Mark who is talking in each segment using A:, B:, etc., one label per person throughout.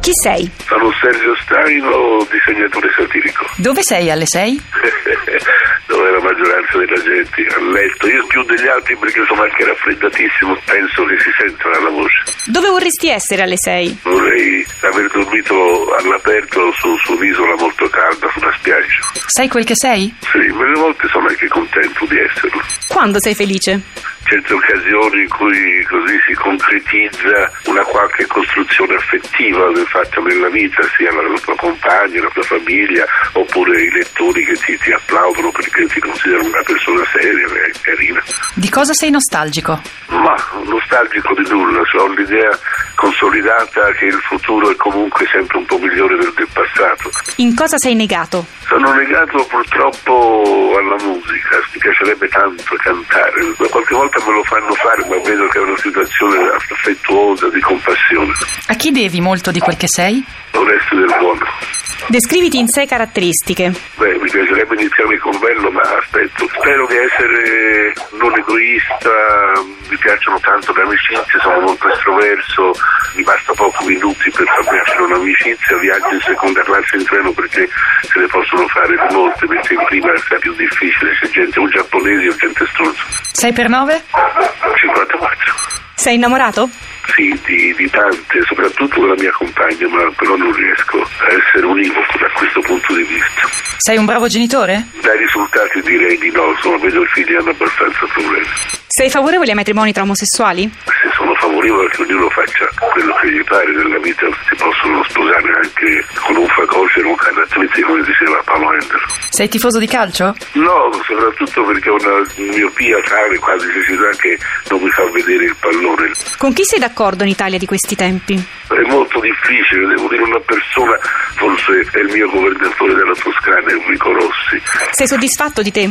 A: Chi sei?
B: Sono Sergio Staino, disegnatore satirico.
A: Dove sei alle 6?
B: Dove la maggioranza della gente ha letto, io più degli altri perché sono anche raffreddatissimo, penso che si senta la voce.
A: Dove vorresti essere alle 6?
B: Vorrei aver dormito all'aperto su, su un'isola molto calda, su una spiaggia.
A: Sai quel che sei?
B: Sì, ma le volte sono anche contento di esserlo.
A: Quando sei felice?
B: Certe occasioni in cui così si concretizza una qualche costruzione affettiva fatta nella vita, sia la, la tua compagna, la tua famiglia, oppure i lettori che ti, ti applaudono perché ti considerano una persona seria e carina.
A: Di cosa sei nostalgico?
B: Ma nostalgico di nulla, cioè, ho l'idea consolidata che il futuro è comunque sempre un po' migliore del, del passato.
A: In cosa sei negato?
B: Sono legato purtroppo alla musica, mi piacerebbe tanto cantare, qualche volta me lo fanno fare ma vedo che è una situazione affettuosa, di compassione.
A: A chi devi molto di quel che sei?
B: Oreste del Buono.
A: Descriviti in sei caratteristiche.
B: Beh, mi piacerebbe iniziare con bello, ma aspetto. Spero di essere non egoista, mi piacciono tanto le amicizie, sono molto estroverso, mi basta pochi minuti per farmi piacere un'amicizia, viaggio in seconda classe in treno perché se ne possono fare di molte, mentre in prima è più difficile, c'è gente o giapponese o gente stronza.
A: 6 per 9?
B: 54.
A: Sei innamorato?
B: Sì, di, di tante, soprattutto della mia compagna, ma però non riesco a essere univoco da questo punto di vista.
A: Sei un bravo genitore?
B: Dai risultati direi di no, insomma vedo i figli hanno abbastanza problemi.
A: Sei favorevole ai matrimoni tra omosessuali?
B: Se sono favorevole che ognuno faccia quello che gli pare nella vita, si possono sposare anche con un fagocero, un canattrezzi, come diceva Paolo Ender.
A: Sei tifoso di calcio?
B: No, soprattutto perché ho una miopia tale quasi cecità che non mi fa vedere il pallone.
A: Con chi sei d'accordo in Italia di questi tempi?
B: È molto difficile, devo dire, una persona, forse è il mio governatore della Toscana, Enrico Rossi.
A: Sei soddisfatto di te?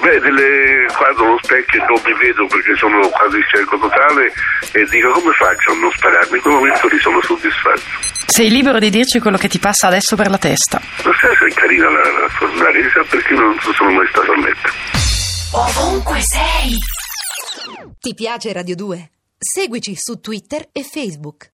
B: Beh, delle, quando lo specchio non mi vedo perché sono quasi cieco totale e dico come faccio a non spararmi, in quel momento lì sono soddisfatto.
A: Sei libero di dirci quello che ti passa adesso per la testa.
B: Non so se è carina la, la fornaresa perché non sono mai stato a letto.
C: Ovunque sei.
D: Ti piace Radio 2? Seguici su Twitter e Facebook.